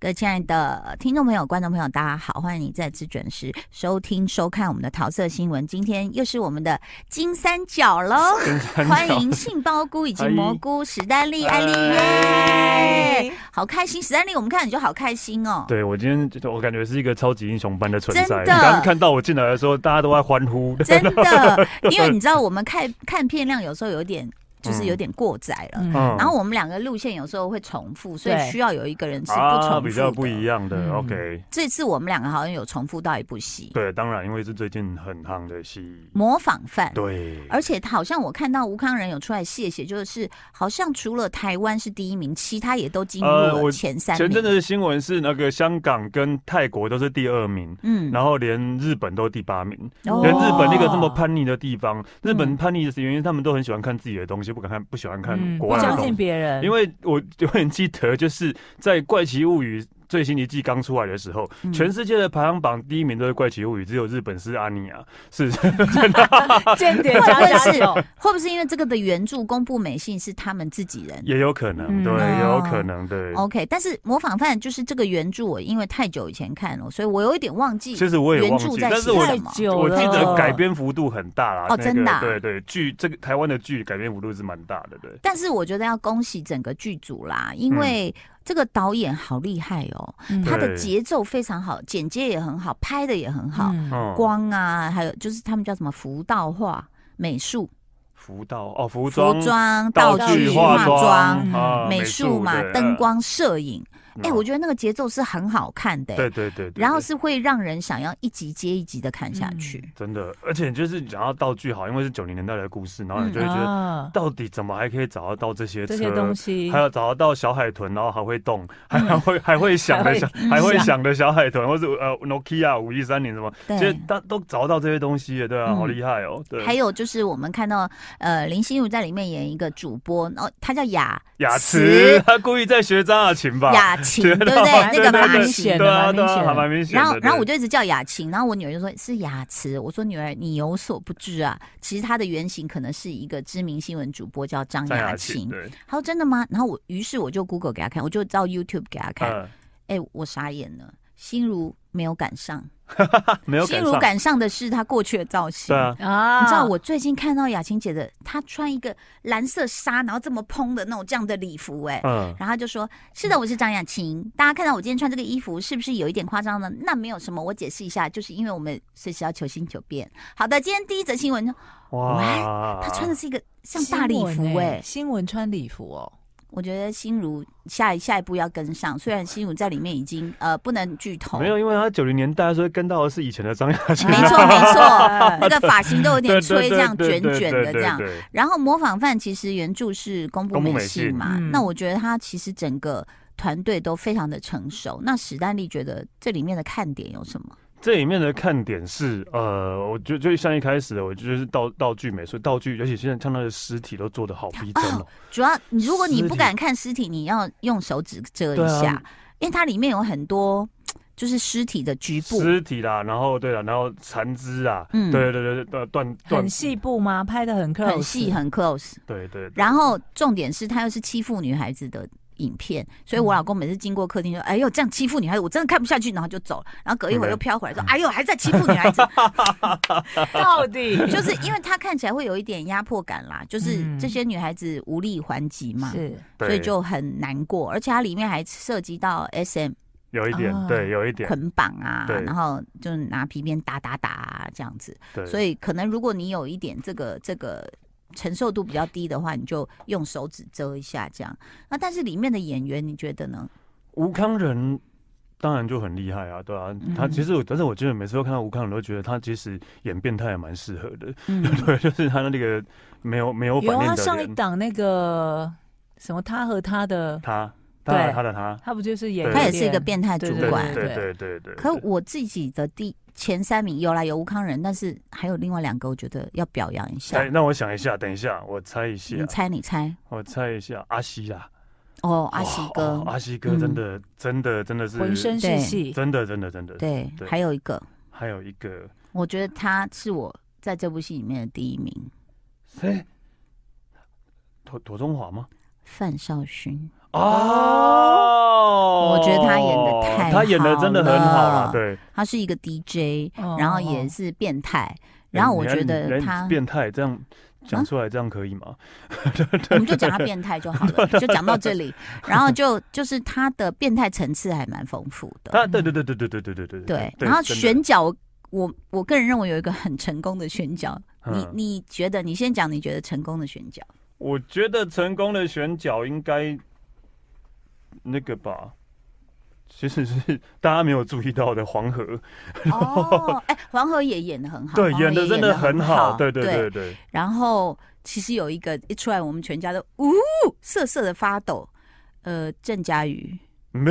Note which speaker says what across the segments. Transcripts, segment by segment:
Speaker 1: 各位亲爱的听众朋友、观众朋友，大家好，欢迎你再次准时收听、收看我们的桃色新闻。今天又是我们的金三角喽，欢迎杏鲍菇以及蘑菇史丹利、艾丽
Speaker 2: 嗯
Speaker 3: 哎
Speaker 1: 耶，好开心！史丹利，我们看你就好开心哦。
Speaker 3: 对我今天就我感觉是一个超级英雄般的存
Speaker 1: 真的
Speaker 3: 在。你刚刚看到我进来的时候，大家都在欢呼。
Speaker 1: 真 的，因为你知道我们看看片量有时候有点。就是有点过载了，
Speaker 2: 嗯
Speaker 3: 嗯
Speaker 1: 然后我们两个路线有时候会重复，所以
Speaker 2: 对
Speaker 1: 需要有一个人是不重复、
Speaker 3: 啊，
Speaker 1: 的。
Speaker 3: 比较不一样的。
Speaker 2: 嗯
Speaker 3: OK，
Speaker 1: 这次我们两个好像有重复到一部戏，《
Speaker 3: 对，当然，因为是最近很夯的戏。
Speaker 1: 模仿犯》，
Speaker 3: 对，
Speaker 1: 嗯而且他好像我看到吴康仁有出来谢谢，就是好像除了台湾是第一名，其他也都进入
Speaker 3: 呃
Speaker 1: 了
Speaker 3: 我
Speaker 1: 前三名。
Speaker 3: 前阵子的新闻是那个香港跟泰国都是第二名。
Speaker 1: 嗯，
Speaker 3: 然后连日本都第八名，
Speaker 1: 哦嗯
Speaker 3: 连日本那个这么叛逆的地方，日本叛逆的原因是他们都很喜欢看自己的东西，不敢看，不喜欢看
Speaker 1: 嗯
Speaker 3: 国
Speaker 2: 嗯不
Speaker 3: 外的
Speaker 2: 相
Speaker 3: 东
Speaker 2: 信
Speaker 3: 西。
Speaker 2: 别人，
Speaker 3: 因为我 永远记得，就是在《怪奇物语》最新一季刚出来的时候，
Speaker 1: 嗯
Speaker 3: 全世界的排行榜第一名都是《怪奇物语》，只有日本是阿尼亚， 是
Speaker 2: 间 谍
Speaker 1: 会不
Speaker 2: 加
Speaker 1: 会
Speaker 2: 加
Speaker 1: 是
Speaker 2: 酒，
Speaker 1: 会不会是因为这个的原著宫部美信是他们自己人？
Speaker 3: 也有可能，
Speaker 2: 嗯
Speaker 3: 对，也有
Speaker 1: 哦
Speaker 3: 可能，对。
Speaker 1: OK，但是模仿犯就是这个原著，我因为太久以前看了，所以我有一点忘记
Speaker 3: 其实我也
Speaker 1: 原
Speaker 3: 忘
Speaker 1: 著
Speaker 3: 记，
Speaker 1: 在
Speaker 3: 但
Speaker 1: 写
Speaker 3: 是我
Speaker 1: 什
Speaker 2: 太
Speaker 1: 么。
Speaker 2: 久
Speaker 3: 我
Speaker 2: 了，
Speaker 3: 记得改编幅度很大啦。
Speaker 1: 哦真的啊
Speaker 3: 那个对对，剧这个台湾的剧改编幅度是蛮大的，对。
Speaker 1: 但是我觉得要恭喜整个剧组啦，因为这个导演好厉害哦，
Speaker 2: 嗯
Speaker 1: 他的
Speaker 3: 嗯对
Speaker 1: 节奏非常好，剪接也很好，拍的也很好，
Speaker 2: 嗯
Speaker 3: 嗯，
Speaker 1: 光啊，还有就是他们叫什么服道化美术、
Speaker 3: 服道哦，服
Speaker 1: 服
Speaker 3: 装、
Speaker 1: 装、道
Speaker 3: 道
Speaker 1: 具、
Speaker 3: 化
Speaker 1: 妆、
Speaker 2: 嗯
Speaker 3: 啊
Speaker 1: 美术嘛
Speaker 3: 对，
Speaker 1: 灯
Speaker 3: 呃
Speaker 1: 光、摄影，哎，
Speaker 3: 嗯
Speaker 1: 我觉得那个节奏是很好看的、欸
Speaker 3: 对对对，对
Speaker 1: 然后
Speaker 3: 对
Speaker 1: 是会让人想要一集接一集的看下去。
Speaker 3: 真的，而且就是讲到道具好，因为是九零年代的故事，
Speaker 1: 嗯
Speaker 3: 然后你就会觉
Speaker 1: 哦
Speaker 3: 得
Speaker 2: 啊
Speaker 3: 到底怎么还可以找得到这些车
Speaker 2: 这些东西
Speaker 3: 还，有找得到小海豚，然后还会动，还还会还会响的小，
Speaker 1: 嗯还会
Speaker 3: 还会
Speaker 2: 响
Speaker 3: 响的小海豚，或是呃 Nokia 五一三零什么，
Speaker 1: 对
Speaker 3: 嗯其实大都找得到这些东西耶，对啊，
Speaker 1: 嗯
Speaker 3: 好厉害哦，对，
Speaker 1: 还有就是我们看到，呃，林心如在里面演一个主播，哦，她叫雅
Speaker 3: 雅慈，他故意在学张雅 琴吧，
Speaker 1: 雅 琴，
Speaker 3: 对
Speaker 1: 对不对？那个
Speaker 3: 对对
Speaker 1: 发
Speaker 3: 对
Speaker 1: 型
Speaker 2: 显。
Speaker 3: 对
Speaker 2: 得
Speaker 3: 啊
Speaker 2: 蛮
Speaker 3: 对
Speaker 2: 明
Speaker 3: 啊，
Speaker 2: 显的
Speaker 3: 还蛮明显的。
Speaker 1: 然后，然后我
Speaker 3: 就
Speaker 1: 就一直叫雅琴，然后我女儿就说是雅慈，我说女儿你有所不知啊，其实她的原型可能是一个知名新闻主播叫张
Speaker 3: 张
Speaker 1: 雅
Speaker 3: 雅琴，
Speaker 1: 琴。
Speaker 3: 对，
Speaker 1: 她说真的吗？然后我于是我就 Google 给她看，我就到 YouTube 给她看，
Speaker 3: 嗯，
Speaker 1: 哎、我傻眼了，心如没有赶上，
Speaker 3: 啊没有
Speaker 1: 心
Speaker 3: 赶
Speaker 1: 如
Speaker 3: 上，
Speaker 1: 赶上的是她过去的造型。
Speaker 3: 对啊，
Speaker 2: 啊
Speaker 1: 你知道我最近看到雅琴姐的，她穿一个蓝色纱，然后这么蓬的那种这样的礼服、哎、
Speaker 3: 嗯，
Speaker 1: 然后她就说：“是的，我是张雅琴。大家看到我今天穿这个衣服，是不是有一点夸张呢？那没有什么，我解释一下，就是因为我们随时要求新求变。好的，今天第一则新闻，
Speaker 3: 哇，
Speaker 1: 她穿的是一个像大礼服、
Speaker 2: 新闻欸
Speaker 1: 哎、
Speaker 2: 新闻穿礼服哦，
Speaker 1: 我觉得心如下一下一步要跟上，虽然心如在里面已经呃不能剧透，
Speaker 3: 没有，因为他九零年代，所以跟到的是以前的张雅琴
Speaker 1: 没
Speaker 3: 啊，
Speaker 1: 错没错，呃 那个发型都有
Speaker 3: 对
Speaker 1: 点
Speaker 3: 对
Speaker 1: 吹，
Speaker 3: 对
Speaker 1: 这样
Speaker 3: 对
Speaker 1: 卷
Speaker 3: 对
Speaker 1: 卷
Speaker 3: 对
Speaker 1: 的这
Speaker 3: 对
Speaker 1: 样。
Speaker 3: 对
Speaker 1: 然后模仿犯其实原著是宫部
Speaker 3: 宫部
Speaker 1: 美
Speaker 3: 美
Speaker 1: 信
Speaker 3: 信
Speaker 1: 嘛，
Speaker 2: 嗯
Speaker 1: 那我觉得他其实整个团队都非常的成熟。那史丹利觉得这里面的看点有什么？
Speaker 3: 这里面的看点是，呃，我觉得就像一开始的，我觉得就是道道具美术，道具，而且现在看到的尸体都做的好逼真哦。
Speaker 1: 主要你如果你
Speaker 3: 尸体
Speaker 1: 不敢看尸体，你要用手指遮一
Speaker 3: 对
Speaker 1: 下，
Speaker 3: 啊
Speaker 1: 因为它里面有很多就是尸体的局部。
Speaker 3: 尸体啦，然后对了，然后残肢啊，
Speaker 1: 嗯
Speaker 3: 对对对对，断断
Speaker 2: 很，细部吗？拍的很 close，
Speaker 1: 很细很 close，
Speaker 3: 对对对，
Speaker 1: 然后重点是他又是欺负女孩子的影片，所以
Speaker 3: 嗯
Speaker 1: 我老公每次经过客厅就哎呦这样欺负女孩子，我真的看不下去，然后就走了，然后隔一会儿又飘回来说哎呦还在欺负女孩子，
Speaker 2: 到底
Speaker 1: 就是因为她看起来会有一点压迫感啦，就是这些女孩子无力还击嘛，
Speaker 2: 是
Speaker 1: 所以
Speaker 3: 对
Speaker 1: 就很难过。而且它里面还涉及到 SM
Speaker 3: 有一点
Speaker 2: 啊，
Speaker 3: 对，有一点，
Speaker 1: 捆绑啊，
Speaker 3: 对
Speaker 1: 然后就拿皮鞭打打打、啊、这样子。
Speaker 3: 对，
Speaker 1: 所以可能如果你有一点这个这个承受度比较低的话，你就用手指遮一下这样。那但是里面的演员你觉得呢？
Speaker 3: 吴康仁当然就很厉害啊，对啊，他其实我，但是我觉得每次都看到吴康仁，都觉得他其实演变态也蛮适合的，
Speaker 1: 嗯，
Speaker 3: 对，就是他那个没有没有反
Speaker 2: 有
Speaker 3: 应
Speaker 2: 啊，
Speaker 3: 的
Speaker 2: 上一
Speaker 3: 人，
Speaker 2: 档那个什么他和他的，
Speaker 3: 他
Speaker 2: 对
Speaker 3: 他他的他，
Speaker 2: 他不就是演
Speaker 3: 对
Speaker 1: 他也
Speaker 2: 有
Speaker 1: 是一个
Speaker 2: 点
Speaker 1: 变态主
Speaker 2: 对
Speaker 3: 对
Speaker 1: 管。
Speaker 3: 对对对对，
Speaker 1: 可我自己的第前三名有啦，有吴康仁，但是还有另外两个，我觉得要表扬一下。
Speaker 3: 哎，那我想一下，等一下，我猜啊一下
Speaker 1: 你，猜，你猜，
Speaker 3: 我猜一下，阿西啦，
Speaker 1: 哦，阿西哥，嗯
Speaker 3: 哦阿西哥真的、真的真的是
Speaker 2: 浑身
Speaker 1: 对
Speaker 2: 是戏，
Speaker 3: 真的真的真的，
Speaker 1: 对，
Speaker 3: 对
Speaker 1: 还有一个，
Speaker 3: 还有一个
Speaker 1: 我觉得他是我在这部戏里面的第一名，
Speaker 3: 谁？妥妥中华吗？
Speaker 1: 范少勋。
Speaker 3: 哦，
Speaker 1: 我觉得他演得太
Speaker 3: 他演的
Speaker 1: 好
Speaker 3: 真的很好啊
Speaker 1: 了，
Speaker 3: 对，
Speaker 1: 他是一个 DJ，
Speaker 2: 哦
Speaker 1: 然后也是变
Speaker 3: 哎
Speaker 1: 态。然后我觉
Speaker 3: 人家
Speaker 1: 得
Speaker 3: 人
Speaker 1: 他，
Speaker 3: 哎变态这样
Speaker 1: 啊
Speaker 3: 讲出来，这样可以吗？
Speaker 1: 我们就讲他变态就好了，就讲到这里。然后就就是他的变态层次还蛮丰富的，
Speaker 3: 啊，对对对对对对对对对
Speaker 1: 对。然后
Speaker 3: 真的
Speaker 1: 选角，我我个人认为有一个很成功的选角。你
Speaker 3: 嗯
Speaker 1: 你觉得？你先讲你觉得成功的选 角，
Speaker 3: 我觉得成功的选角应该那个吧，其实是大家没有注意到的黄河，
Speaker 1: 哦，哎，黄河也演的很好，
Speaker 3: 对，
Speaker 1: 黄河
Speaker 3: 演的
Speaker 1: 也
Speaker 3: 真
Speaker 1: 得
Speaker 3: 的很好，对对
Speaker 1: 对
Speaker 3: 对对，
Speaker 1: 然后其实有一个一出来，我们全家都呜瑟瑟的发抖。呃，郑嘉 瑜
Speaker 3: 嗯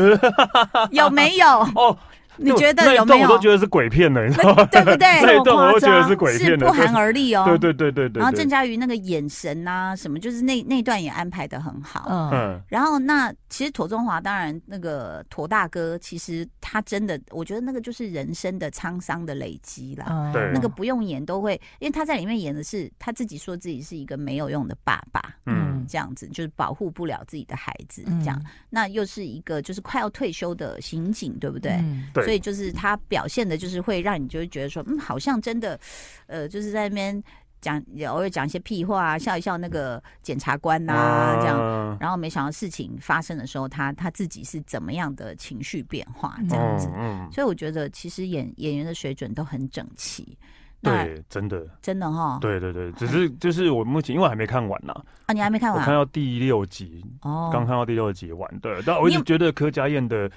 Speaker 1: 有没有？
Speaker 3: 哦，
Speaker 1: 你
Speaker 3: 那
Speaker 1: 觉
Speaker 3: 那
Speaker 1: 得
Speaker 3: 一
Speaker 1: 有
Speaker 3: 段
Speaker 1: 没有
Speaker 3: 我都？觉得是鬼片了，你知道吗？
Speaker 1: 对不
Speaker 3: 那
Speaker 1: 对？
Speaker 3: 一段我都觉 得是鬼
Speaker 1: 是
Speaker 3: 片
Speaker 1: 不
Speaker 3: 了，
Speaker 1: 寒而栗哦。
Speaker 3: 对对对对对，
Speaker 1: 然后
Speaker 3: 对
Speaker 1: 郑嘉瑜那个眼神呐、什么就是那那段也安排的很好。
Speaker 2: 嗯，
Speaker 3: 嗯
Speaker 1: 然后那其实妥中华当然那个妥大哥，其实他真的，我觉得那个就是人生的沧桑的累积啦。
Speaker 2: 嗯
Speaker 3: 对
Speaker 1: 呃那个不用演都会，因为他在里面演的是他自己说自己是一个没有用的爸爸。
Speaker 3: 嗯
Speaker 1: 这样子，就是保护不了自己的孩子，
Speaker 2: 嗯
Speaker 1: 这样，那又是一个就是快要退休的刑警，对不对？
Speaker 2: 嗯
Speaker 3: 对
Speaker 1: 所以就是他表现的，就是会让你就会觉得说，嗯，好像真的，呃，就是在那边讲偶尔讲一些屁话啊，笑一笑那个检察官呐、
Speaker 3: 啊嗯
Speaker 1: 这样。
Speaker 3: 样
Speaker 1: 然后没想到事情发生的时候，他他自己是怎么样的情绪变化这样子。
Speaker 3: 嗯嗯，
Speaker 1: 所以我觉得其实演演员的水准都很整齐。那
Speaker 3: 对，真的，
Speaker 1: 真的哈、
Speaker 3: 对对对，只是就是我目前因为还没看完呐，
Speaker 1: 啊，你还没看
Speaker 3: 我
Speaker 1: 完
Speaker 3: 看到第六集，
Speaker 1: 哦
Speaker 3: 刚看到第六集完，对，但我
Speaker 1: 你
Speaker 3: 一直
Speaker 1: 有
Speaker 3: 觉得柯佳燕的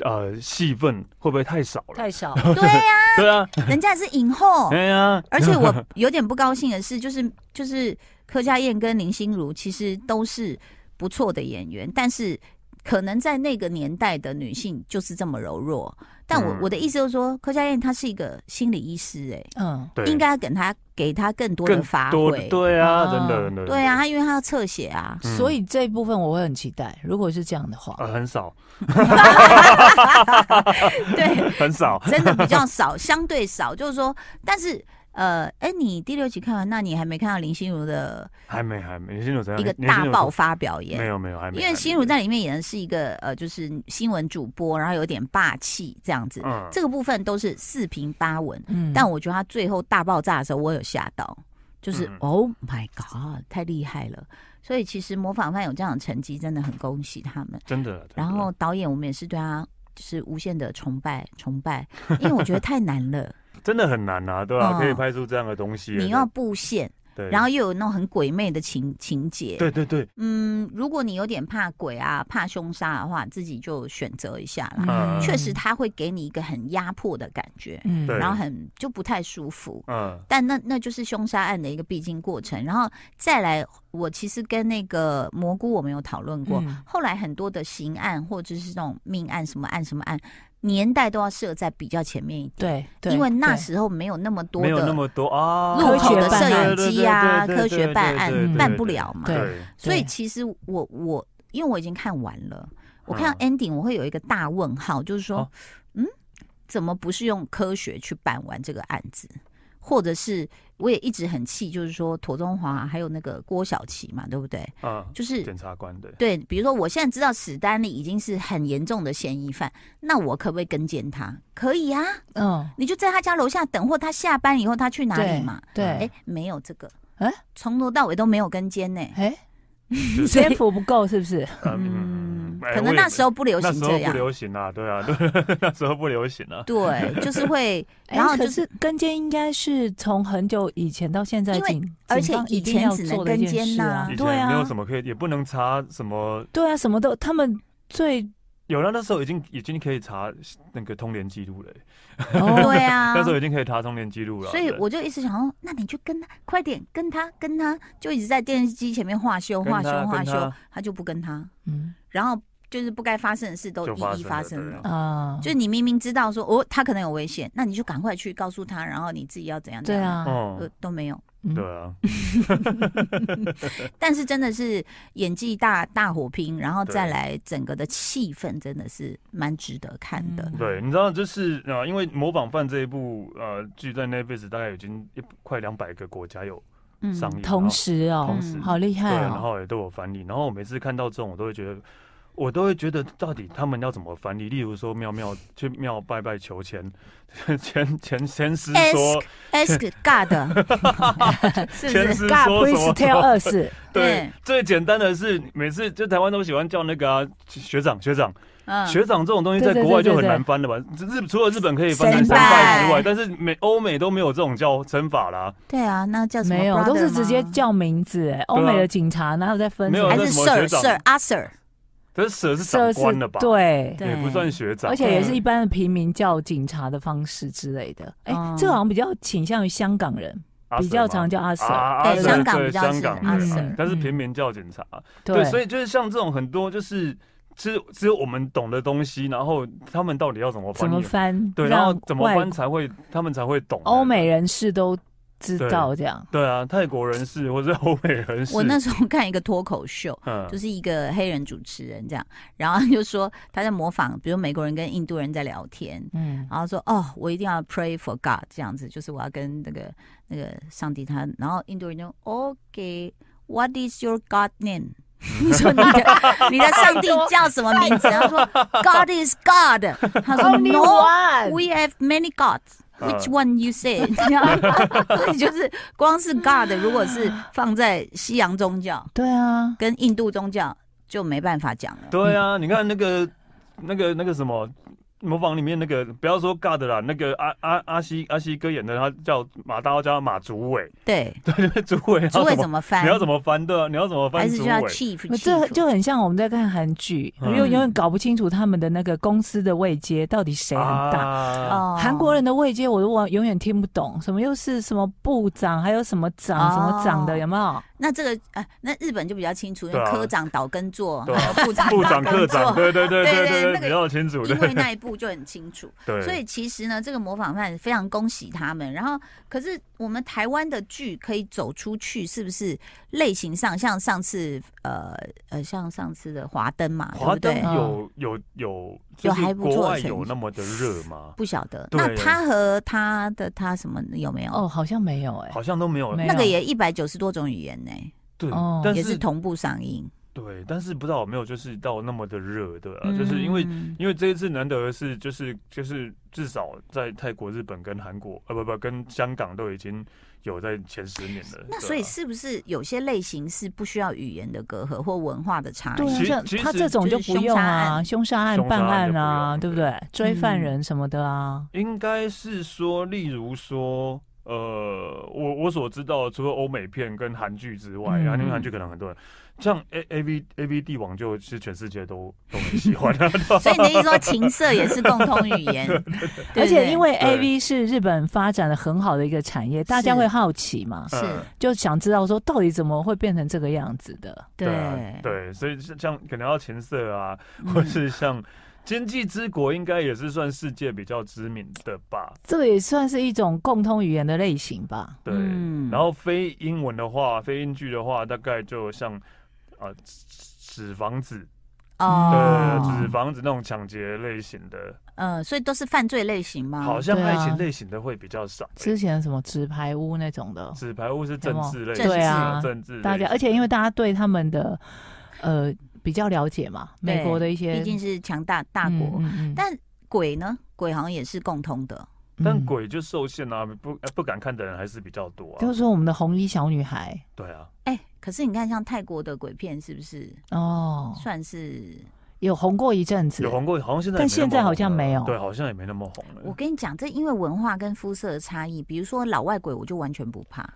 Speaker 3: 呃戏份会不会太少了？
Speaker 2: 太少，
Speaker 1: 对呀、
Speaker 3: 对啊，
Speaker 1: 人家是影 后，
Speaker 3: 哎呀，
Speaker 1: 而且我有点不高兴的是，就是就是柯佳燕跟林心如其实都是不错的演员，但是可能在那个年代的女性就是这么柔弱。但我、
Speaker 3: 嗯
Speaker 1: 我的意思就是说，柯佳燕她是一个心理医师、欸，
Speaker 2: 嗯，
Speaker 3: 对
Speaker 1: 应该要给她给她更多的
Speaker 3: 更
Speaker 1: 发
Speaker 3: 多
Speaker 1: 挥。
Speaker 3: 对啊，
Speaker 2: 啊
Speaker 3: 真的真的，
Speaker 1: 对啊，她因为她要侧写 啊，
Speaker 3: 嗯
Speaker 2: 所以这一部分我会很期待。如果是这样的话，
Speaker 3: 呃很少
Speaker 1: 对，
Speaker 3: 很少，
Speaker 1: 真的比较少，相对少。就是说，但是呃，哎、你第六集看完，那你还没看到林心如的
Speaker 3: 还没还没，年轻有怎样？
Speaker 1: 一个
Speaker 3: 年
Speaker 1: 大
Speaker 3: 轻有
Speaker 1: 爆发表演？
Speaker 3: 没有没有还没，
Speaker 1: 因为心如在里面演的是一个呃，就是新闻主播，然后有点霸气这样子。
Speaker 3: 嗯
Speaker 1: 这个部分都是四平八稳，
Speaker 2: 嗯，
Speaker 1: 但我觉得他最后大爆炸的时候，我有吓到，就是、
Speaker 3: 嗯
Speaker 1: Oh my God，太厉害了！所以其实模仿犯有这样的成绩，真的很恭喜他们。
Speaker 3: 真的，真的
Speaker 1: 然后导演，我们也是对他就是无限的崇拜崇 拜，因为我觉得太难了，
Speaker 3: 真的很难啊，对啊，
Speaker 1: 嗯
Speaker 3: 可以拍出这样的东西，
Speaker 1: 你要布线，
Speaker 3: 对，
Speaker 1: 然后又有那种很鬼魅的情情节，
Speaker 3: 对对对，
Speaker 1: 嗯，如果你有点怕鬼啊、怕凶杀的话，自己就选择一下啦。
Speaker 3: 嗯
Speaker 1: 确实，，它会给你一个很压迫的感觉，
Speaker 2: 嗯，
Speaker 3: 对
Speaker 1: 然后很就不太舒服。
Speaker 3: 嗯
Speaker 1: 但那那就是凶杀案的一个必经过程。然后再来，我其实跟那个蘑菇我们有讨论过，
Speaker 2: 嗯
Speaker 1: 后来很多的刑案或者是这种命案、什么案、什么案，年代都要设在比较前面一点，
Speaker 2: 对，对
Speaker 1: 因为那
Speaker 2: 对
Speaker 1: 时候没有那么多
Speaker 3: 没有那
Speaker 1: 的
Speaker 3: 么多啊，
Speaker 1: 路口的
Speaker 2: 科学办
Speaker 1: 摄
Speaker 2: 案
Speaker 1: 影机啊，
Speaker 3: 对
Speaker 1: 科学办
Speaker 3: 对对对对
Speaker 1: 案
Speaker 3: 对
Speaker 1: 办不了嘛。
Speaker 2: 对
Speaker 3: 对，
Speaker 1: 所以
Speaker 2: 对
Speaker 1: 其实我我因为我已经看完了，我看
Speaker 2: 哦
Speaker 1: 到
Speaker 3: 嗯
Speaker 1: ending 我会有一个大问号，就是说，
Speaker 3: 哦
Speaker 1: 嗯，怎么不是用科学去办完这个案子？或者是我也一直很气，就是说妥中华还有那个郭晓琪嘛，对不对？
Speaker 3: 嗯，
Speaker 1: 就是
Speaker 3: 检察官对，
Speaker 1: 对，比如说我现在知道史丹利已经是很严重的嫌疑犯，那我可不可以跟监他？可以啊，
Speaker 2: 嗯，
Speaker 1: 你就在他家楼下等，或他下班以后他去哪里
Speaker 2: 对
Speaker 1: 嘛？哎
Speaker 2: 对，，
Speaker 1: 没有这个，
Speaker 2: 哎
Speaker 1: 从头到尾都没有跟监呢、
Speaker 2: 哎，
Speaker 3: 就是
Speaker 1: 所以
Speaker 2: 篇幅不够是不是？
Speaker 1: 嗯，
Speaker 3: 哎
Speaker 1: 可
Speaker 3: 我
Speaker 1: 能
Speaker 3: 也
Speaker 1: 那时候不流
Speaker 3: 那
Speaker 1: 行
Speaker 3: 时
Speaker 1: 这
Speaker 3: 候不
Speaker 1: 样，
Speaker 3: 流行啊，对啊， 对，那时候不流行啊，
Speaker 1: 对，就是会，
Speaker 2: 哎
Speaker 1: 然后就
Speaker 2: 可是跟监应该是从很久以前到现在
Speaker 1: 因为
Speaker 2: 警，警
Speaker 1: 而且
Speaker 2: 方
Speaker 1: 以
Speaker 2: 一定
Speaker 1: 前
Speaker 2: 要
Speaker 1: 只能
Speaker 2: 做的一
Speaker 1: 跟
Speaker 2: 件
Speaker 1: 监
Speaker 2: 事
Speaker 1: 呐
Speaker 2: 啊
Speaker 3: 以
Speaker 2: 对
Speaker 3: 前
Speaker 2: 啊，
Speaker 3: 没有什么可以，也不能查什么，
Speaker 2: 对啊，什么都他们 最
Speaker 3: 有了那时候已经已经可以查那个通联记录了欸，
Speaker 2: 哦，
Speaker 1: 对啊
Speaker 3: 那。时候已经可以查通联记录了，
Speaker 1: 所以
Speaker 3: 对
Speaker 1: 我就一直想说，那你就跟他快点，跟他跟他，就一直在电视机前面画休
Speaker 3: 跟
Speaker 1: 画休
Speaker 3: 他
Speaker 1: 画
Speaker 3: 跟
Speaker 1: 休
Speaker 3: 他，
Speaker 1: 他就不跟他，
Speaker 2: 嗯
Speaker 1: 然后就是不该发生的事都
Speaker 3: 就
Speaker 1: 一一发
Speaker 3: 发
Speaker 1: 生
Speaker 3: 生
Speaker 1: 了
Speaker 3: 了。
Speaker 2: 啊，
Speaker 1: 就是你明明知道说哦，他可能有危险，那你就赶快去告诉他，然后你自己要怎样怎
Speaker 2: 对
Speaker 1: 样，
Speaker 2: 啊，
Speaker 1: 呃
Speaker 3: 嗯，
Speaker 1: 都没有。
Speaker 2: 嗯
Speaker 3: 对啊，
Speaker 1: 但是真的是演技大大火拼，然后
Speaker 3: 对
Speaker 1: 再来整个的气氛真的是蛮值得看的。
Speaker 2: 嗯
Speaker 3: 对，你知道就是啊、呃因为《模仿犯》这一部呃剧在 Netflix 大概已经一快两百个国家有
Speaker 1: 嗯
Speaker 3: 上映，
Speaker 2: 同时哦
Speaker 3: 同时，
Speaker 2: 好厉
Speaker 3: 然后、
Speaker 2: 害
Speaker 3: 对，然啊
Speaker 2: 哦，
Speaker 3: 后也都有翻译，然后我每次看到这种，我都会觉得我都会觉得到底他们要怎么翻译。例如说庙庙去庙拜拜求 签，前前前师说
Speaker 1: ask God，是不
Speaker 3: 前
Speaker 1: 是？
Speaker 3: 师
Speaker 2: God
Speaker 3: 说什
Speaker 2: please
Speaker 3: 么
Speaker 2: tell us，
Speaker 3: 对
Speaker 2: 嗯
Speaker 1: 对，
Speaker 3: 最简单的是每次就台湾都喜欢叫那个啊学长学长
Speaker 1: 嗯
Speaker 3: 学长这种东西，在
Speaker 2: 对对
Speaker 3: 国外
Speaker 2: 对
Speaker 3: 就
Speaker 2: 对
Speaker 3: 很
Speaker 2: 对
Speaker 3: 难翻的吧？日除了日本可以翻成
Speaker 2: 神
Speaker 3: 神拜
Speaker 1: 拜
Speaker 3: 之外，但是美欧美都没有这种叫称法啦。
Speaker 1: 对啊，那叫什么？
Speaker 2: 没有，都是直接。叫名字。哎，欧美的警察哪有在分
Speaker 3: 啊没
Speaker 2: 什
Speaker 3: 有
Speaker 2: 么？
Speaker 1: 还
Speaker 3: 那
Speaker 1: 是
Speaker 3: 什么
Speaker 1: Sir
Speaker 3: 学长
Speaker 1: Sir 阿 Sir，
Speaker 3: 可是蛇是
Speaker 2: 这
Speaker 3: 长
Speaker 2: 是
Speaker 3: 官了吧？，
Speaker 2: 对。
Speaker 1: 对
Speaker 3: 也不算学长，嗯
Speaker 2: 而且也是
Speaker 1: 对
Speaker 2: 一般的平民叫警察的方式之类的，哎、
Speaker 1: 哦
Speaker 2: 这个好像比较倾向于香港人，
Speaker 3: 阿
Speaker 2: 比
Speaker 3: Sir
Speaker 2: 较
Speaker 3: 吗
Speaker 2: 常叫阿 Sir，、
Speaker 3: 啊，
Speaker 1: 对
Speaker 3: 阿 Sir，
Speaker 1: 香港
Speaker 3: 对
Speaker 1: 比较是
Speaker 3: 香港
Speaker 1: 阿
Speaker 3: 对
Speaker 1: Sir
Speaker 3: 但是平
Speaker 2: 嗯
Speaker 3: 民叫警察，啊对，所
Speaker 2: 以
Speaker 3: 以就是像这种很多就是只只有我们懂的东西，然后他们到底要怎么
Speaker 2: 怎
Speaker 3: 翻
Speaker 2: 么
Speaker 3: 译？
Speaker 2: 翻？
Speaker 3: 对，然后
Speaker 2: 让
Speaker 3: 怎么
Speaker 2: 外
Speaker 3: 翻才会他们才会懂呢？
Speaker 2: 欧美人士都知道这样，
Speaker 3: 对啊，泰国人士或者欧美人士，
Speaker 1: 我那时候看一个脱口秀，
Speaker 3: 嗯
Speaker 1: 就是一个黑人主持人这样，然后他就说他在模仿，比如美国人跟印度人在聊天，
Speaker 2: 嗯，
Speaker 1: 然后说哦，我一定要 pray for God 这样子，就是我要跟那个那个上帝他，然后印度人就 OK，What、is your God name？说 你的你的上帝叫什么名 字？他说 God is God。他说 No。
Speaker 2: one，
Speaker 1: We have many gods.
Speaker 3: 嗯
Speaker 1: Which one you say？所以就是光是 God，如果是放在西洋宗教
Speaker 2: 对啊，
Speaker 1: 跟印度宗教就没办法讲了。
Speaker 3: 对啊，你看那个那个那个什么。模仿里面那个，不要说 God 啦，那个阿阿阿西阿西哥演的，他叫马大，叫他马祖伟，
Speaker 1: 对，
Speaker 3: 对，祖伟要
Speaker 1: 诸位
Speaker 3: 怎
Speaker 1: 怎
Speaker 3: 么，
Speaker 1: 么翻？
Speaker 3: 你要怎么翻对啊？你要怎么翻
Speaker 1: 还是就
Speaker 3: 祖伟？
Speaker 1: 要 chief？
Speaker 2: 这
Speaker 1: chief
Speaker 2: 就很像我们在看韩剧，
Speaker 3: 嗯
Speaker 2: 又永远搞不清楚他们的那个公司的位阶到底谁很大。
Speaker 3: 啊
Speaker 1: 哦
Speaker 2: 韩国人的位阶我都往永远听不懂，什么又是什么部长，还有什么长、
Speaker 1: 哦
Speaker 2: 什么长的，有没有？
Speaker 1: 那这个呃，那日本就比较清楚，因
Speaker 3: 对
Speaker 1: 为
Speaker 3: 啊
Speaker 1: 科长岛根座，
Speaker 3: 对
Speaker 1: 还有
Speaker 3: 啊
Speaker 1: 部长
Speaker 3: 部长、
Speaker 1: 岛
Speaker 3: 科
Speaker 1: 根
Speaker 3: 长，
Speaker 1: 座，
Speaker 3: 对对对
Speaker 1: 对对
Speaker 3: 对
Speaker 1: 那个
Speaker 3: 对，比较清楚，对
Speaker 1: 因为那一部就很清楚。
Speaker 3: 对，
Speaker 1: 所以其实呢，这个模仿犯非常恭喜他们。然后，可是我们台湾的剧可以走出去，是不是类型上像上次呃呃，像上次的《华灯》嘛，对
Speaker 3: 华
Speaker 1: 不
Speaker 3: 灯啊
Speaker 1: 对？嗯
Speaker 3: 有有有，就是
Speaker 1: 还不错的
Speaker 3: 国外
Speaker 1: 成
Speaker 3: 有
Speaker 1: 绩
Speaker 3: 那么的热吗？
Speaker 1: 不晓得。
Speaker 3: 对
Speaker 1: 那他和他的他什么有没有？
Speaker 2: 哦，，好像没有哎、
Speaker 3: 好像都没有
Speaker 2: 没，有
Speaker 1: 那个也一百九十多种语言呢，
Speaker 3: 对
Speaker 2: 哦，
Speaker 3: 但
Speaker 1: 嗯也是
Speaker 3: 是
Speaker 1: 同步上映。
Speaker 3: 对，但是不知道有没有就是到那么的热，对啊，就是因为
Speaker 1: 嗯
Speaker 3: 因为这一次难得的是就是就是至少在泰国、日本跟韩国，呃不不跟香港都已经有在前十年了，对
Speaker 1: 那
Speaker 3: 啊
Speaker 1: 所以是不是有些类型是不需要语言的隔阂或文化的差
Speaker 2: 对
Speaker 1: 异？
Speaker 2: 啊，
Speaker 3: 其
Speaker 2: 像
Speaker 3: 其实
Speaker 2: 他这种就不用啊，凶杀案
Speaker 3: 凶杀案
Speaker 2: 办案啊，
Speaker 3: 就不用
Speaker 2: 对不对？追犯人什么的啊，
Speaker 3: 应该是说，例如说，呃，我我所知道的，除了欧美片跟韩剧之外，
Speaker 2: 嗯
Speaker 3: 韩剧韩剧可能很多人，像 A A V A V 帝王就是全世界都都很喜欢啊的，
Speaker 2: 啊
Speaker 1: 所以你的意思说情色也是共通语 言，对
Speaker 2: 而且因为
Speaker 3: 对
Speaker 2: A V 是日本发展的很好的一个产业，大家会好奇嘛，
Speaker 1: 是
Speaker 3: 嗯
Speaker 2: 就想知道说到底怎么会变成这个样子的。
Speaker 1: 对
Speaker 3: 啊对，所以像像可能要情色啊，
Speaker 1: 嗯
Speaker 3: 或是像《经济之国》，应该也是算世界比较知名的吧？
Speaker 2: 这个也算是一种共通语言的类型吧。
Speaker 3: 对，
Speaker 1: 嗯
Speaker 3: 然后非英文的话，非英剧的话，大概就像啊。呃纸房子，
Speaker 1: 哦
Speaker 3: 对，，纸房子那种抢劫类型的，
Speaker 1: 嗯，所以都是犯罪类型吗？
Speaker 3: 好像
Speaker 2: 对啊
Speaker 3: 爱情类型的会比较少、欸。
Speaker 2: 之前什么纸牌屋那种的，
Speaker 3: 纸牌屋是政治类
Speaker 1: 有
Speaker 3: 型
Speaker 1: 没有
Speaker 3: 的，
Speaker 1: 对啊
Speaker 3: 政治类型
Speaker 2: 大家而且因为大家对他们的呃比较了解嘛，
Speaker 1: 对
Speaker 2: 美国的一些
Speaker 1: 毕竟是强大大
Speaker 2: 嗯
Speaker 1: 国，
Speaker 2: 嗯嗯
Speaker 1: 但鬼呢？鬼好像也是共通的，
Speaker 3: 但
Speaker 2: 嗯
Speaker 3: 鬼就受限啊，不不敢看的人还是比较多啊
Speaker 2: 就。是说我们的红衣小女孩
Speaker 3: 对啊，
Speaker 1: 哎，可是你看像泰国的鬼片是不是
Speaker 2: 哦，
Speaker 1: 算是？
Speaker 2: 有红过一阵子
Speaker 3: 有，红过，好像现在也
Speaker 2: 但
Speaker 3: 没那么
Speaker 2: 现在好像
Speaker 3: 红了
Speaker 2: 没有
Speaker 3: 对，好像也没那么
Speaker 2: 嗯
Speaker 3: 红
Speaker 1: 我
Speaker 3: 了。
Speaker 1: 跟你讲，这因为文化跟肤色的差异，比如说老外鬼，我就完全不 怕。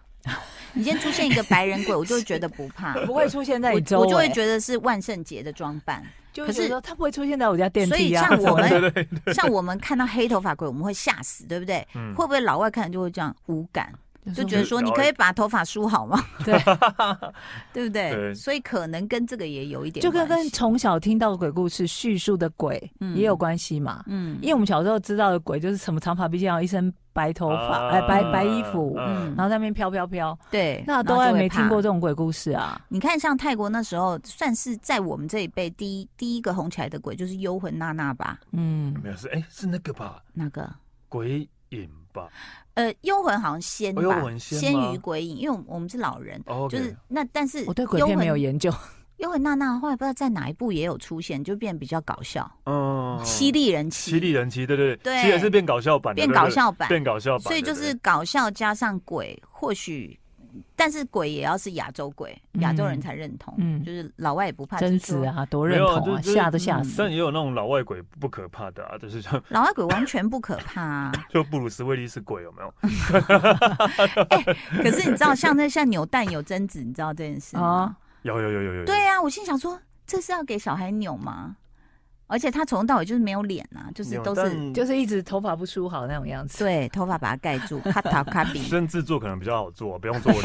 Speaker 1: 你今天出现一个白人鬼，我就会觉得不 怕，
Speaker 2: 不会出现在
Speaker 1: 我
Speaker 2: 你周
Speaker 1: 我就会
Speaker 2: 围，
Speaker 1: 觉得是万圣节的装扮。
Speaker 2: 就
Speaker 1: 可
Speaker 2: 是
Speaker 1: 是
Speaker 2: 说它不会出现在我家电
Speaker 1: 所以
Speaker 2: 梯啊。
Speaker 1: 像我
Speaker 3: 对对
Speaker 1: 们，
Speaker 3: 对，
Speaker 1: 像我们看到黑头发鬼，我们会吓死，对不对？
Speaker 3: 嗯
Speaker 1: 会不会老外看了就会这样无感， 就觉得说
Speaker 3: 嗯
Speaker 1: 你可以把头发梳好吗？
Speaker 2: 对，
Speaker 1: 对不对？
Speaker 3: 对
Speaker 1: 所以可能跟这个也有一点
Speaker 2: 就跟
Speaker 1: 关
Speaker 2: 跟
Speaker 1: 系
Speaker 2: 从小听到的鬼故事叙述的鬼
Speaker 1: 嗯
Speaker 2: 也有关系嘛。
Speaker 1: 嗯
Speaker 2: 因为我们小时候知道的鬼就是什么长发披肩，然后一身白头发，
Speaker 3: 啊
Speaker 2: 哎，白白衣服，
Speaker 1: 嗯
Speaker 2: 然后在那边飘飘飘。
Speaker 1: 对，嗯
Speaker 2: 那
Speaker 1: 然
Speaker 2: 都
Speaker 1: 后
Speaker 2: 还
Speaker 1: 就会
Speaker 2: 没听
Speaker 1: 怕
Speaker 2: 过这。种鬼故事啊。
Speaker 1: 你看，像泰国那时候，算是在我们这一辈第一第一个红起来的鬼，就是幽魂娜娜吧？
Speaker 2: 嗯，
Speaker 3: 没有是哎是那个吧，
Speaker 1: 那个
Speaker 3: 鬼影吧，
Speaker 1: 呃，幽魂好像仙吧，
Speaker 3: 哦幽魂仙吗
Speaker 1: 鱼鬼影，因为我们我们是老人，
Speaker 3: 哦
Speaker 1: 就是那但是
Speaker 2: 我对鬼
Speaker 1: 幽
Speaker 2: 片没有
Speaker 1: 魂
Speaker 2: 研究。
Speaker 1: 尤文娜娜后来不知道在哪一部也有出现，就变比较搞笑，
Speaker 3: 嗯，
Speaker 1: 犀利人妻，
Speaker 3: 犀利人妻，对对
Speaker 1: 对
Speaker 3: 其实也是变搞笑版的，
Speaker 1: 变
Speaker 3: 对不对
Speaker 1: 搞笑版
Speaker 3: 变搞笑版，
Speaker 1: 所以就
Speaker 3: 对对
Speaker 1: 是搞笑加上鬼，或许，但是鬼也要是亚洲鬼，亚洲人
Speaker 2: 嗯
Speaker 1: 才认同，
Speaker 2: 嗯
Speaker 1: 就是老外也不怕，
Speaker 2: 贞
Speaker 1: 就是
Speaker 2: 子
Speaker 1: 说，
Speaker 2: 啊，多
Speaker 3: 没
Speaker 2: 认
Speaker 3: 有啊
Speaker 2: 同啊，
Speaker 3: 就
Speaker 2: 吓都吓
Speaker 3: 嗯
Speaker 2: 死。
Speaker 3: 但也有那种老外鬼不可怕的啊，就是像
Speaker 1: 老外鬼完全不可怕、啊。
Speaker 3: 就布鲁斯威利是鬼有没有？
Speaker 1: 可是你知道，像那像扭蛋有贞子，你知道这
Speaker 3: 嗯
Speaker 1: 件事吗？
Speaker 2: 哦
Speaker 3: 有有有有有有。
Speaker 1: 对啊，我心想说，这是要给小孩扭吗？而且他从头到尾就是没有脸啊，就是
Speaker 3: 扭
Speaker 1: 都是
Speaker 3: 蛋
Speaker 2: 就是一直头发不梳好那种样子，
Speaker 1: 对头发把它盖住，咔塔咔比，
Speaker 3: 真制作可能比较好做，不用做脸。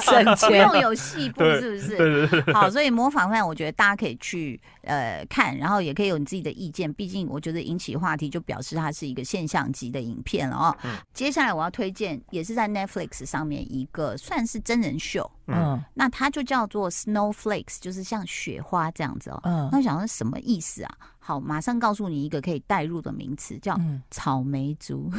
Speaker 2: 省
Speaker 1: 不
Speaker 2: 钱。
Speaker 1: 用有戏部
Speaker 3: 对
Speaker 1: 是不是？
Speaker 3: 对对对，
Speaker 1: 好，所以模仿犯，我觉得大家可以去呃看，然后也可以有你自己的意见。毕竟我觉得引起话题，就表示它是一个现象级的影片了哦。
Speaker 3: 嗯
Speaker 1: 接下来我要推荐也是在 Netflix 上面一个算是真人秀，
Speaker 3: 嗯，
Speaker 2: 嗯
Speaker 1: 那它就叫做 Snowflakes，就是像雪花这样子哦。
Speaker 2: 嗯
Speaker 1: 那我想说什么意思啊？好，马上告诉你一个可以代入的名词，叫
Speaker 2: 嗯，
Speaker 1: 草莓族，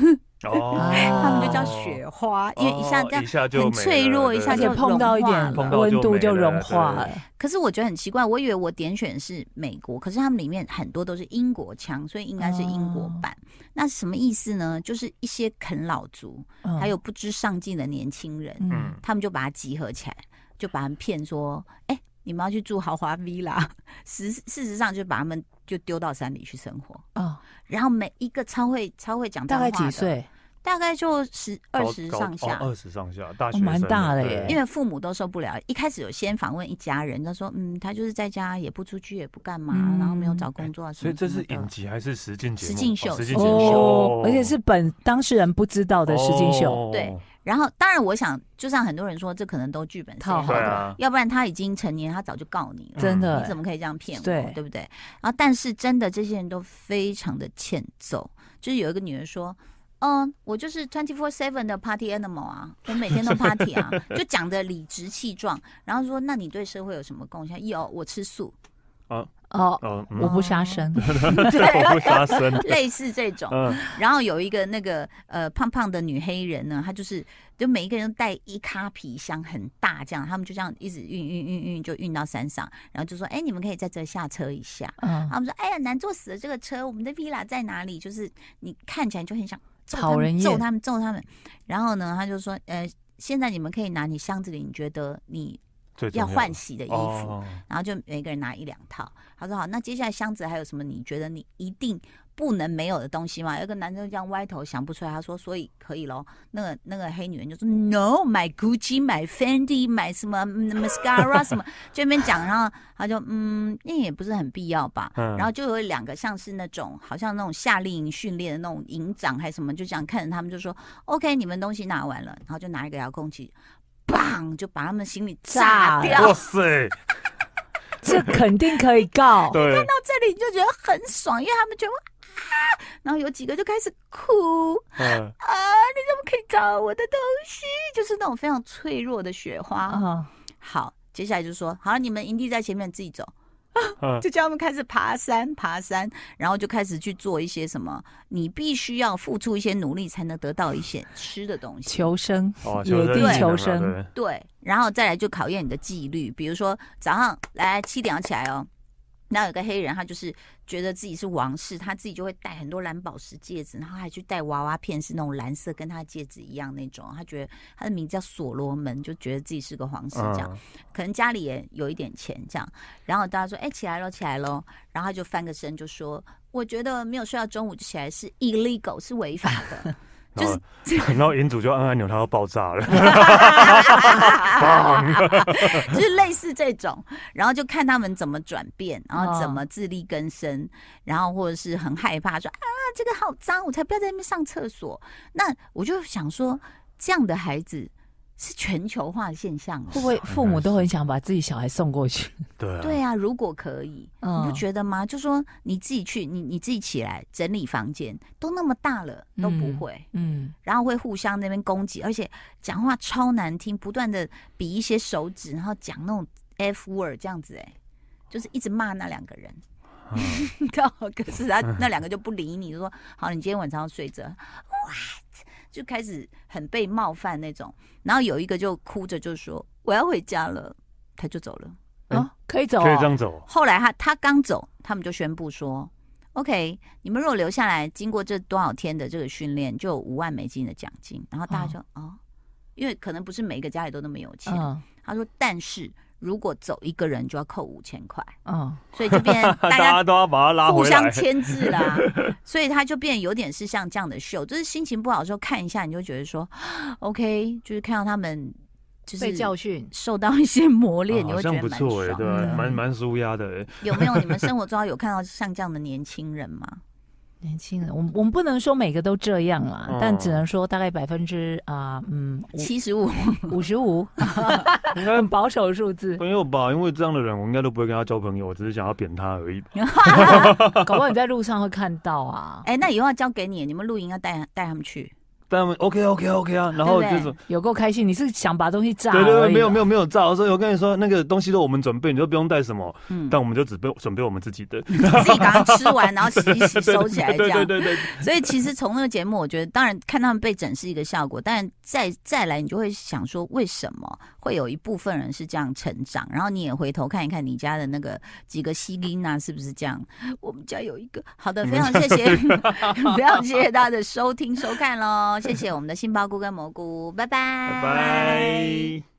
Speaker 3: 哦，
Speaker 1: 哎他们就叫雪花，因为一下这
Speaker 2: 哦
Speaker 1: 样
Speaker 3: 一下就
Speaker 1: 很
Speaker 3: 没了
Speaker 1: 脆弱一下
Speaker 2: 而
Speaker 1: 就
Speaker 2: 且碰到一点
Speaker 1: 融化
Speaker 3: 了
Speaker 2: 温
Speaker 3: 碰
Speaker 2: 度
Speaker 3: 到就
Speaker 2: 就
Speaker 3: 没了
Speaker 2: 融化了。
Speaker 1: 可是我觉得很奇怪，我以为我点选是美国，可是他们里面很多都是英国腔，所以应该是英国版。
Speaker 2: 哦
Speaker 1: 那什么意思呢？就是一些啃老族，
Speaker 2: 嗯
Speaker 1: 还有不知上进的年轻人，
Speaker 3: 嗯，
Speaker 1: 他们就把它集合起来，就把他们骗说：“哎、你们要去住豪华 villa。”实 事实上，就把他们就丢到山里去生活。
Speaker 3: 嗯
Speaker 2: 哦，
Speaker 1: 然后每一个超会超会讲
Speaker 2: 大
Speaker 1: 脏话
Speaker 2: 概几
Speaker 1: 的？
Speaker 2: 岁？
Speaker 1: 大概就十二
Speaker 3: 高
Speaker 1: 十
Speaker 3: 高
Speaker 1: 上下
Speaker 3: 哦。二十上下，大
Speaker 2: 哦
Speaker 3: 学生
Speaker 2: 蛮大的
Speaker 3: 对
Speaker 2: 耶
Speaker 1: 因为父母都受不了。一开始有先访问一家人，他说：“嗯，他就是在家也不出去，也不干嘛，
Speaker 2: 嗯
Speaker 1: 然后没有找工作啊什
Speaker 3: 哎所以
Speaker 1: 么什
Speaker 3: 这
Speaker 1: 么的。
Speaker 3: 是影集还是实境节目？
Speaker 1: 实境秀
Speaker 3: 哦实境节目
Speaker 2: 哦，而且是本当事人不知道的实境秀。
Speaker 3: 哦
Speaker 1: 对然后，当然，我想就像很多人说，这可能都剧本写
Speaker 2: 套
Speaker 1: 好
Speaker 2: 嗯好
Speaker 3: 对
Speaker 1: 的，
Speaker 3: 啊，
Speaker 1: 要不然他已经成年，他早就告你了。
Speaker 2: 真
Speaker 1: 你
Speaker 2: 的
Speaker 1: 怎么可以这样骗我？
Speaker 2: 对
Speaker 1: 对不对？然后，但是真的，这些人都非常的欠揍。就是有一个女人说：“嗯，我就是 twenty four seven 的 party animal 啊，我每天都 party 啊，就讲的理直气壮。”然后说：“那你对社会有什么贡献？有，我吃素。”
Speaker 2: 哦，
Speaker 3: 哦，
Speaker 2: 我
Speaker 3: 嗯，
Speaker 2: 不杀生。
Speaker 3: 这 我不杀生，
Speaker 1: 类似这种。
Speaker 3: 嗯，
Speaker 1: 然后有一个那个呃胖胖的女黑人呢，她就是就每一个人都带一咖皮箱很大，这样他们就这样一直运运运运就运到山上，然后就说：“哎，你们可以在这下车一下。”
Speaker 2: 嗯，
Speaker 1: 他们说：“哎呀，难坐死了这个车，我们的 villa 在哪里？”就是你看起来就很想揍他们
Speaker 2: 讨人厌
Speaker 1: 揍他们，揍他们。然后呢，他就说：“呃，现在你们可以拿你箱子里你觉得你
Speaker 3: 最重
Speaker 1: 要
Speaker 3: 的
Speaker 1: 换洗的衣服。
Speaker 3: 哦
Speaker 1: 然后就每个人拿一两套。他说好，那接下来箱子还有什么你觉得你一定不能没有的东西吗？有一个男生就这样歪头想不出来，他说所以可以咯。那个那个黑女人就说 No，买 Gucci，买 Fendi，买什么嗯 mascara 什么，就在那边讲，然后他就嗯，那也不是很必要吧。
Speaker 3: 嗯
Speaker 1: 然后就有两个像是那种好像那种夏令营训练的那种营长还是什么，就这样看着他们就说 OK，你们东西拿完了，然后就拿一个遥控器。砰！就把他们行李炸
Speaker 2: 炸
Speaker 1: 掉，
Speaker 3: 哇塞，
Speaker 2: 这肯定可以告。
Speaker 3: 对，
Speaker 1: 到这里你就觉得很爽，因为他们全部啊，然后有几个就开始哭
Speaker 3: 嗯，
Speaker 1: 啊，你怎么可以找我的东西？就是那种非常脆弱的雪花。
Speaker 2: 啊，
Speaker 1: 好，接下来就说好，你们营地在前面自己走，
Speaker 3: 嗯
Speaker 1: 就叫他们开始爬山，爬山，然后就开始去做一些什么，你必须要付出一些努力才能得到一些吃的东西。
Speaker 2: 求生
Speaker 3: 哦，，
Speaker 2: 野地
Speaker 1: 对
Speaker 2: 求生。，
Speaker 1: 对，然后再来就考验你的纪律，比如说早上来七点要起来哦。那有个黑人，他就是觉得自己是王室，他自己就会戴很多蓝宝石戒指，然后还去戴娃娃片，是那种蓝色，跟他戒指一样那种。他觉得他的名字叫所罗门，就觉得自己是个皇室这样。
Speaker 3: 嗯，
Speaker 1: 可能家里也有一点钱这样。然后大家说：“哎、起来喽，起来喽！”然后他就翻个身就说：“我觉得没有睡到中午就起来是 illegal，是违法的。”
Speaker 3: 哦
Speaker 1: 就是
Speaker 3: 然后银主就按按钮，它要爆炸了，
Speaker 1: 就是类似这种，然后就看他们怎么转变，然后怎么自力更生，然后或者是很害怕说啊，这个好脏，我才不要在那边上厕所。那我就想说，这样的孩子是全球化的现象哦
Speaker 2: 会不
Speaker 3: 嗯
Speaker 2: 会父母都很想把自己小孩送过去？
Speaker 3: 对啊，
Speaker 1: 对啊，如果可以，
Speaker 2: 嗯
Speaker 1: 你不觉得吗？就说你自己去，你你自己起来整理房间，都那么大了，都不
Speaker 2: 嗯
Speaker 1: 会。
Speaker 2: 嗯，
Speaker 1: 然后会互相那边攻击，而且讲话超难听，不断的比一些手指，然后讲那种 F word 这样子、哎，就是一直骂那两个人。
Speaker 2: 嗯
Speaker 1: 然后可是他那两个就不理你，就说好，你今天晚上要睡着。What？就开始很被冒犯那种。然后有一个就哭着就说我要回家了，他就走了。
Speaker 2: 啊，可以走、哦，
Speaker 3: 可以这样走。
Speaker 1: 后来他他刚走，他们就宣布说，OK，你们如果留下来，经过这多少天的这个训练，就有五万美金的奖金。然后大家就
Speaker 3: 嗯
Speaker 1: 哦，因为可能不是每一个家里都那么有钱。
Speaker 2: 嗯
Speaker 1: 他说，但是如果走一个人就要扣五千块，
Speaker 2: 嗯，
Speaker 1: 所以就 变
Speaker 3: 大
Speaker 1: 大
Speaker 3: 家
Speaker 1: 家。
Speaker 3: 都要把它拉
Speaker 1: 互
Speaker 3: 回
Speaker 1: 相
Speaker 3: 来。
Speaker 1: 牵制 啦，所以他就变有点是像这样的秀，就是心情不好的时候看一下，你就觉得说 ，OK，就是看到他们就是
Speaker 4: 被教训，
Speaker 1: 受到一些磨练，
Speaker 3: 啊
Speaker 1: 你
Speaker 3: 好
Speaker 1: 会觉
Speaker 3: 像
Speaker 1: 得
Speaker 3: 不
Speaker 1: 蛮
Speaker 3: 错哎，
Speaker 1: 爽
Speaker 3: 对
Speaker 1: 的。
Speaker 3: 啊，蛮蛮舒压的哎。
Speaker 1: 有没有你们生活中有看到像这样的年轻人吗？
Speaker 2: 年轻人，我们我们不能说每个都这样啦，
Speaker 3: 嗯
Speaker 2: 但只能说大概百分之啊，嗯，五
Speaker 1: 七十 五，
Speaker 2: 五十五，
Speaker 3: 应该
Speaker 2: 很保守的数字，
Speaker 3: 朋友吧，因为这样的人，我应该都不会跟他交朋友，我只是想要扁他而已。
Speaker 2: 搞不好你在路上会看到啊。
Speaker 1: 哎，那以后要交给你，你们露营要带带他们去。
Speaker 3: 但 OK OK OK 啊，然后
Speaker 1: 对
Speaker 3: 就
Speaker 1: 不对
Speaker 3: 是
Speaker 2: 有够开心，你是想把东西炸？
Speaker 3: 对对对，没有没
Speaker 2: 有，
Speaker 3: 有没有炸。我说我跟你说，那个东西都我们准备，你就不用带什么，
Speaker 1: 嗯，
Speaker 3: 但我们就只备准备我们自己的。
Speaker 1: 自己赶快吃完，然后洗一洗，收起来这
Speaker 3: 对对
Speaker 1: 样。
Speaker 3: 对对，
Speaker 1: 所以其实从那个节目，我觉得当然看他们被整是一个效果，但再再来你就会想说，为什么会有一部分人是这样成长？然后你也回头看一看你家的那个几个西音啊，是不是这样？我们家有一个好的，非常谢谢， 非常谢谢大家的收听收看喽，谢谢我们的杏鲍菇跟蘑菇，拜拜，
Speaker 3: 拜拜。